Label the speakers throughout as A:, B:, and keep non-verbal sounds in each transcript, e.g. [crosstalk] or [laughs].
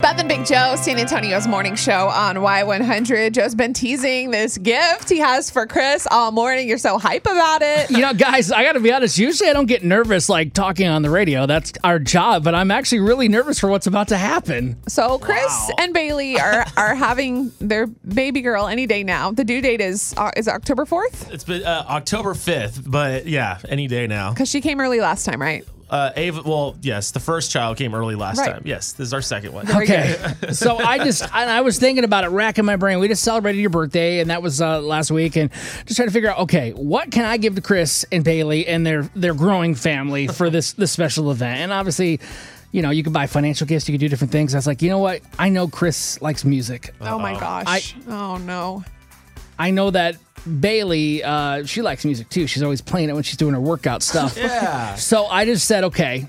A: Beth and Big Joe, San Antonio's morning show on Y100. Joe's been teasing this gift he has for Chris all morning. You're so hype about it.
B: You know, guys, I got to be honest. Usually I don't get nervous like talking on the radio. That's our job, but I'm actually really nervous for what's about to happen.
A: So Chris and Bailey are are having their baby girl any day now. The due date is uh, is October 4th
C: It's been uh, October 5th, but yeah, any day now.
A: because she came early last time, right?
C: Uh, Ava, well, yes, the first child came early last
A: Right.
C: time. Yes, this is our second one.
B: Okay. so I just, and I was thinking about it, racking my brain. We just celebrated your birthday, and that was uh, last week, and just trying to figure out, okay, what can I give to Chris and Bailey and their their growing family for this [laughs] this special event? And obviously. You know, you can buy financial gifts. You can do different things. I was like, you know what? I know Chris likes music.
A: Oh my gosh. oh no.
B: I know that Bailey, uh, she likes music too. She's always playing it when she's doing her workout stuff.
C: Yeah.
B: So I just said, okay,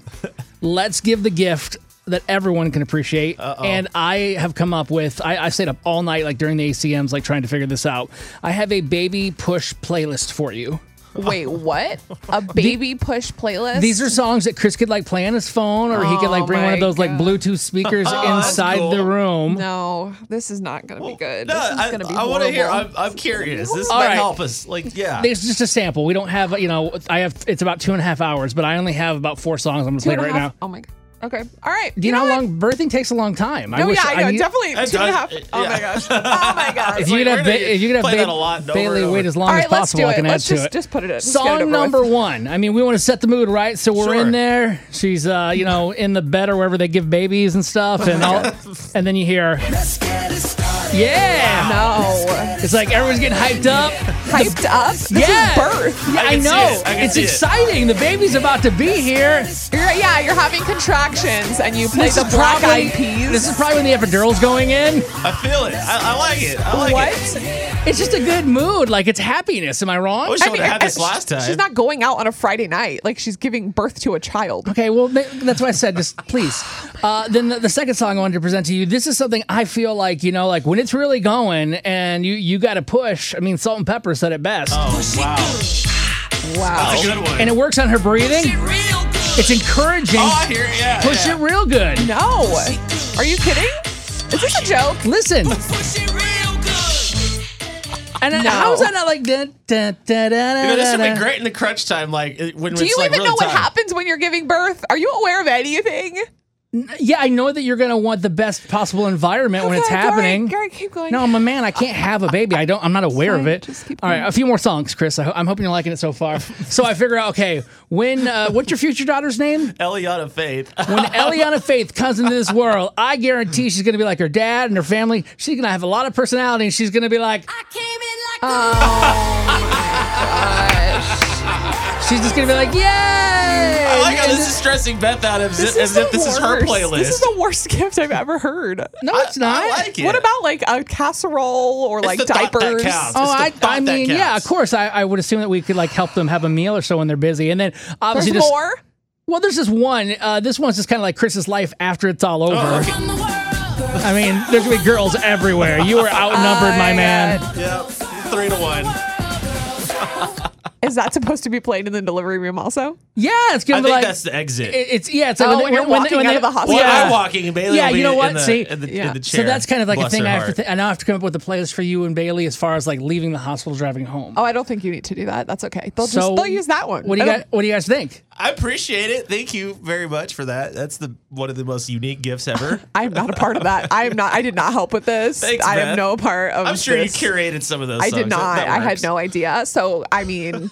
B: let's give the gift that everyone can appreciate. And I have come up with, I, I stayed up all night, like during the ACMs, like trying to figure this out. I have a baby push playlist for you.
A: Wait, what?
B: [laughs]
A: A baby push playlist?
B: These are songs that Chris could like play on his phone, or he could like
A: Oh
B: bring one of
A: my
B: those like
A: God. Oh,
B: Bluetooth
A: [laughs]
B: speakers
C: that's
B: inside the
C: cool.
B: room.
A: No, this is not going to be good.
C: No,
A: this is
C: I,
A: going to be
C: I
A: want to
C: hear. I'm, I'm curious. This
B: All
C: might
B: right.
C: help us. Like,
A: [laughs]
C: yeah.
B: It's just a sample. We don't have, you know, I have, it's about two and a half hours, but I only have about four songs I'm gonna play right now.
A: Oh my god. Okay. All right.
B: Do you, know, how
A: what?
B: long birthing takes a long time?
A: No, Oh, yeah, I know.
B: need-
A: definitely
C: It
A: two and a
C: does-
A: half.
C: it-
A: Oh
C: yeah.
A: my
B: [laughs]
A: gosh. Oh my gosh.
B: If you could
C: Like,
B: have,
C: we're
B: ba-
C: gonna
B: if you could have
C: play that
B: Ba-
C: a lot and over
B: Bailey
C: and over.
B: wait as long
A: All
B: as
A: right, let's
B: possible,
A: do
B: I
A: it.
B: can
A: Let's
B: add
A: just-
B: to it.
A: just put it in. Just get it
B: Song
A: over
B: number
A: with.
B: one. I mean, we want to set the mood right, so we're in
C: Sure.
B: there. She's, uh, you know, in the bed or wherever they give babies and stuff, and
C: [laughs]
B: all, and then you hear, yeah,
A: [laughs] No.
B: it's like everyone's getting hyped up.
A: Hyped up. This
B: yeah,
A: is birth.
B: Yeah, I,
C: can see
B: know.
C: it. I can
B: it's
C: see it.
B: exciting. The baby's about to be here.
A: You're, yeah, you're having contractions and you play
B: This
A: the
B: is
A: Black
B: probably-
A: Eyed Peas.
B: This is probably when the epidural's going in.
C: I feel it. I, I like it. I like
A: what?
C: it.
B: It's just a good mood. Like it's happiness. Am I wrong?
C: I wish I, would have had this last
A: [laughs]
C: time.
A: She's not going out on a Friday night. Like she's giving birth to a child.
B: Okay, well, th- that's what I said. Just please. Uh, then the, the second song I wanted to present to you. This is something I feel like you know, like when it's really going and you you got to push. I mean, Salt and Pepper said it best,
C: Oh, wow.
B: Oh.
A: Wow.
C: That's a good one.
B: and it works on her breathing. It's encouraging.
C: oh, I hear it. Yeah.
B: push
C: yeah.
B: it real good.
A: No. Are you kidding? Is this a joke?
B: Listen. And then
A: No.
B: how is that not like dun, dun, dun, dun,
C: You know, this would
B: dun,
C: be
B: dun.
C: great in the crunch time, like it- when
A: Do
C: it's
A: you
C: like
A: even
C: really
A: know what
C: tight.
A: happens when you're giving birth? Are you aware of anything?
B: Yeah, I know that you're gonna want the best possible environment when it's
A: Okay, all right,
B: happening.
A: all right, keep going.
B: No, I'm a man. I can't have a baby. I don't. I'm not aware of
A: fine.
B: it.
A: Just keep
B: All right, a few more songs, Chris. I, ho- I'm hoping you're liking it
A: [laughs]
B: so far. so I figure out, okay, when uh, what's your future daughter's name?
C: Eliana Faith. [laughs]
B: When Eliana Faith comes into this world, I guarantee she's gonna be like her dad and her family. She's gonna have a lot of personality, and she's gonna be like,
A: Oh
B: she's just gonna be like, yay!
C: I like how
B: And-
C: this is stressing Beth out as, if- as
A: the
C: if this is her
A: worst.
C: playlist.
A: This is the worst gift I've ever heard.
B: no, it's not.
C: I like it.
A: What about like a casserole or like
C: the thought that
A: diapers?
C: counts.
B: Oh,
C: It's the
B: I,
C: thought
B: I
C: that
B: mean, yeah, of
C: counts.
B: course. I, I would assume that we could like help them have a meal or so when they're busy, and then
A: There's
B: obviously just
A: more.
B: well, there's this one. Uh, this one's just kind of like Chris's life after it's all over.
C: okay.
B: I mean, there's gonna be girls everywhere. You are outnumbered, Oh my man.
C: Yep. Three to one.
A: Is that supposed to be played in the delivery room also?
B: Yeah, it's
C: I
B: gonna be
C: think
B: like
C: that's the exit.
B: it- it's yeah. It's like
A: Oh, when you're walking out of the hospital.
C: well,
B: Yeah.
C: I'm walking. Bailey
B: Yeah,
C: will be
B: you know what?
C: In the,
B: See?
C: in the,
A: Yeah.
C: in the
B: So
C: chair.
B: that's kind of like
C: Bless
B: a thing
C: her
B: I have to.
C: heart.
B: Th- and I have to come up with a playlist for you and Bailey as far as like leaving the hospital, driving home.
A: Oh, I don't think you need to do that. That's okay. They'll
B: so
A: just they'll use that one.
B: What do you guys? What do you guys think?
C: I appreciate it. Thank you very much for that. That's the one of the most unique
B: [laughs]
C: gifts ever.
A: [laughs] I'm not a part of that. I am not. I did not help with this.
C: Thanks,
A: I am
C: Beth.
A: no part of.
C: I'm sure you
A: this.
C: curated some of those.
A: I
C: songs.
A: did
C: That-
A: not.
C: that
A: I had
C: works.
A: no idea. So I
C: [laughs]
A: mean,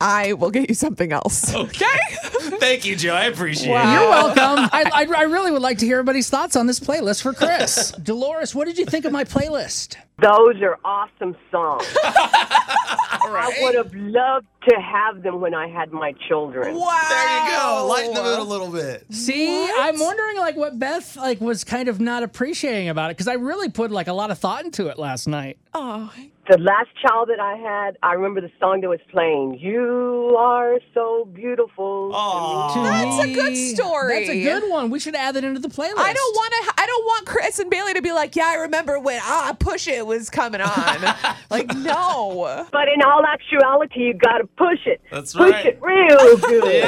A: I will get you something else.
C: Okay. [laughs] Thank you, Joe. I appreciate
A: Wow.
C: it.
B: You're welcome. [laughs] I, [laughs] I, I really would like to hear everybody's thoughts on this playlist for Chris. Dolores, what did you think of my playlist?
D: Those are awesome
C: [laughs]
D: songs. I would have loved to have them when I had my children.
A: Wow.
C: There you go. Lighten the mood a little bit.
B: See, I'm wondering like what Beth like was kind of not appreciating about it because I really put like a lot of thought into it last night.
A: Oh,
D: The last child that I had, I remember the song that was playing. You are so beautiful.
C: Aw.
B: To
A: That's a good
B: me-
A: story.
B: That's a good one. We should add that into the playlist.
A: I don't want to. I don't want Chris and Bailey to be like, "Yeah, I remember when Ah Push It was coming
B: [laughs]
A: on." like, no.
D: But in all actuality, you gotta push it.
C: That's
D: push
C: right.
D: it
C: [laughs]
D: real good.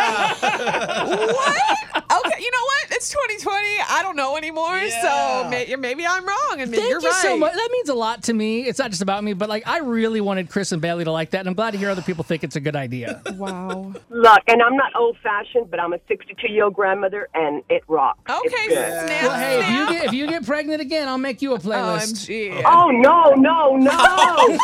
C: Yeah.
A: What? Okay, you know what? It's 2020. I don't know anymore.
C: Yeah.
A: So may- maybe I'm wrong, and maybe
B: Thank
A: you're
B: you
A: right.
B: so much. That means a lot to me. It's not just about me, but like I really wanted Chris and Bailey to like that, and I'm glad to hear other people think it's a good idea.
A: [laughs] Wow.
D: Look, and I'm not old fashioned, but I'm a 62 year old grandmother, and it rocks. It's
A: Okay,
D: good.
A: snap,
B: well, hey, if you
A: snap.
B: get if you get pregnant again, I'll make you a playlist.
A: OMG.
D: Oh no,
C: [laughs]
D: no, no!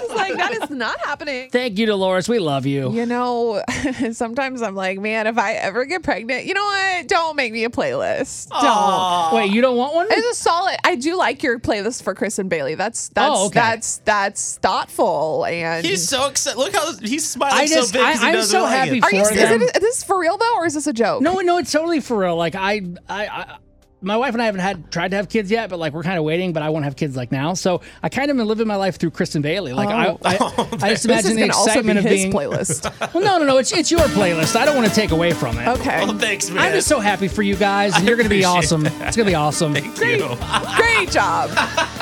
A: She's like, that is not happening.
B: Thank you, Dolores. We love you.
A: You know, [laughs] sometimes I'm like, man, if I ever get pregnant, you know what? Don't make me a playlist. Don't.
B: Wait, you don't want one?
A: It's a solid. I do like your playlist for Chris and Bailey. That's that's
B: Oh, okay.
A: that's that's thoughtful and.
C: He's so excited. Look how he's smiling
B: I just-
C: so big. 'cause he
B: I- I'm
C: doesn't
B: so
C: like
B: happy
C: it.
A: Are you? Is
B: for them.
A: it, is this for real though, or is this a joke?
B: No, no, it's totally for real. Like I, I, I my wife and I haven't had tried to have kids yet, but like we're kind of waiting. But I won't have kids like now, so I kind of been living my life through Kristen Bailey. Like
A: Oh.
B: I, I,
A: [laughs]
B: I just
A: This is
B: imagine the
A: going to also be
B: excitement
A: his
B: of being. [laughs]
A: playlist.
B: Well, no, no, no. It's it's your playlist. I don't want to take away from it.
A: Okay.
C: Well, thanks, man.
B: I'm just so happy for you guys. and You're going to be
C: appreciate
B: awesome. It's going to be awesome.
C: Thank you.
A: Great job.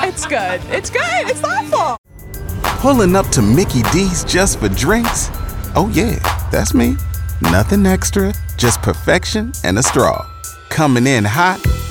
A: It's good. It's good. It's thoughtful.
E: Pulling up to Mickey D's just for drinks? Oh, yeah, that's me. Nothing extra, just perfection and a straw. Coming in hot